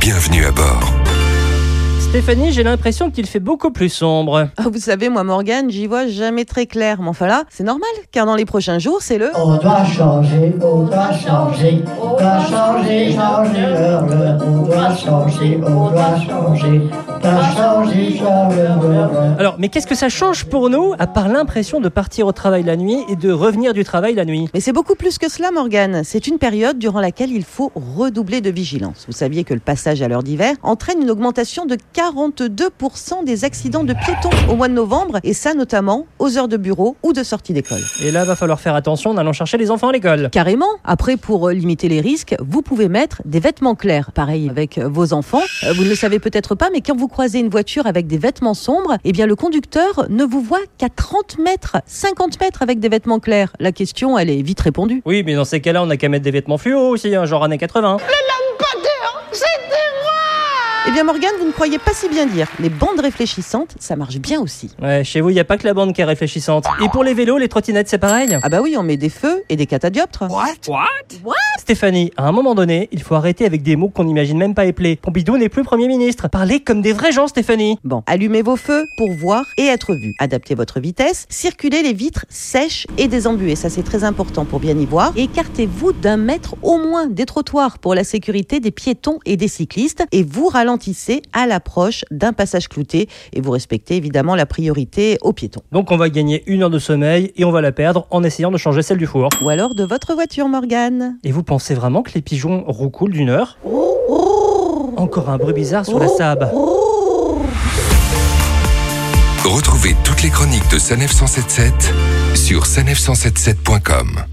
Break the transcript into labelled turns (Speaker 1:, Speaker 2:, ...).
Speaker 1: Bienvenue à bord.
Speaker 2: Stéphanie, j'ai l'impression qu'il fait beaucoup plus sombre.
Speaker 3: Ah, Vous savez, moi, Morgane, j'y vois jamais très clair. Mais enfin là, c'est normal, car dans les prochains jours, c'est le.
Speaker 4: On doit changer, on doit changer, on doit changer, changer leur leur. On doit changer, on doit changer, on doit changer, changer leur leur.
Speaker 2: Alors, mais qu'est-ce que ça change pour nous, à part l'impression de partir au travail la nuit et de revenir du travail la nuit
Speaker 3: Mais c'est beaucoup plus que cela, Morgane. C'est une période durant laquelle il faut redoubler de vigilance. Vous saviez que le passage à l'heure d'hiver entraîne une augmentation de 42% des accidents de piétons au mois de novembre, et ça notamment aux heures de bureau ou de sortie d'école.
Speaker 2: Et là, va falloir faire attention en allant chercher les enfants à l'école.
Speaker 3: Carrément. Après, pour euh, limiter les risques, vous pouvez mettre des vêtements clairs. Pareil avec euh, vos enfants. Euh, Vous ne le savez peut-être pas, mais quand vous croisez une voiture avec des vêtements sombres, eh bien, le conducteur ne vous voit qu'à 30 mètres, 50 mètres avec des vêtements clairs. La question, elle est vite répondue.
Speaker 2: Oui, mais dans ces cas-là, on n'a qu'à mettre des vêtements fluo aussi, hein, genre années 80.
Speaker 3: Eh bien, Morgane, vous ne croyez pas si bien dire. Les bandes réfléchissantes, ça marche bien aussi.
Speaker 2: Ouais, chez vous, il n'y a pas que la bande qui est réfléchissante. Et pour les vélos, les trottinettes, c'est pareil
Speaker 3: Ah bah oui, on met des feux et des catadioptres.
Speaker 2: Stéphanie, à un moment donné, il faut arrêter avec des mots qu'on n'imagine même pas épeler. Pompidou n'est plus Premier ministre. Parlez comme des vrais gens, Stéphanie.
Speaker 3: Bon, allumez vos feux pour voir et être vu. Adaptez votre vitesse, circulez les vitres sèches et désembuées, ça c'est très important pour bien y voir. Et Écartez-vous d'un mètre au moins des trottoirs pour la sécurité des piétons et des cyclistes et vous ralentissez à l'approche d'un passage clouté et vous respectez évidemment la priorité aux piétons.
Speaker 2: Donc on va gagner une heure de sommeil et on va la perdre en essayant de changer celle du four.
Speaker 3: Ou alors de votre voiture, Morgane.
Speaker 2: Et vous pensez vraiment que les pigeons roucoulent d'une heure Encore un bruit bizarre sur la sable.
Speaker 1: Retrouvez toutes les chroniques de Sanef 177 sur sanef177.com.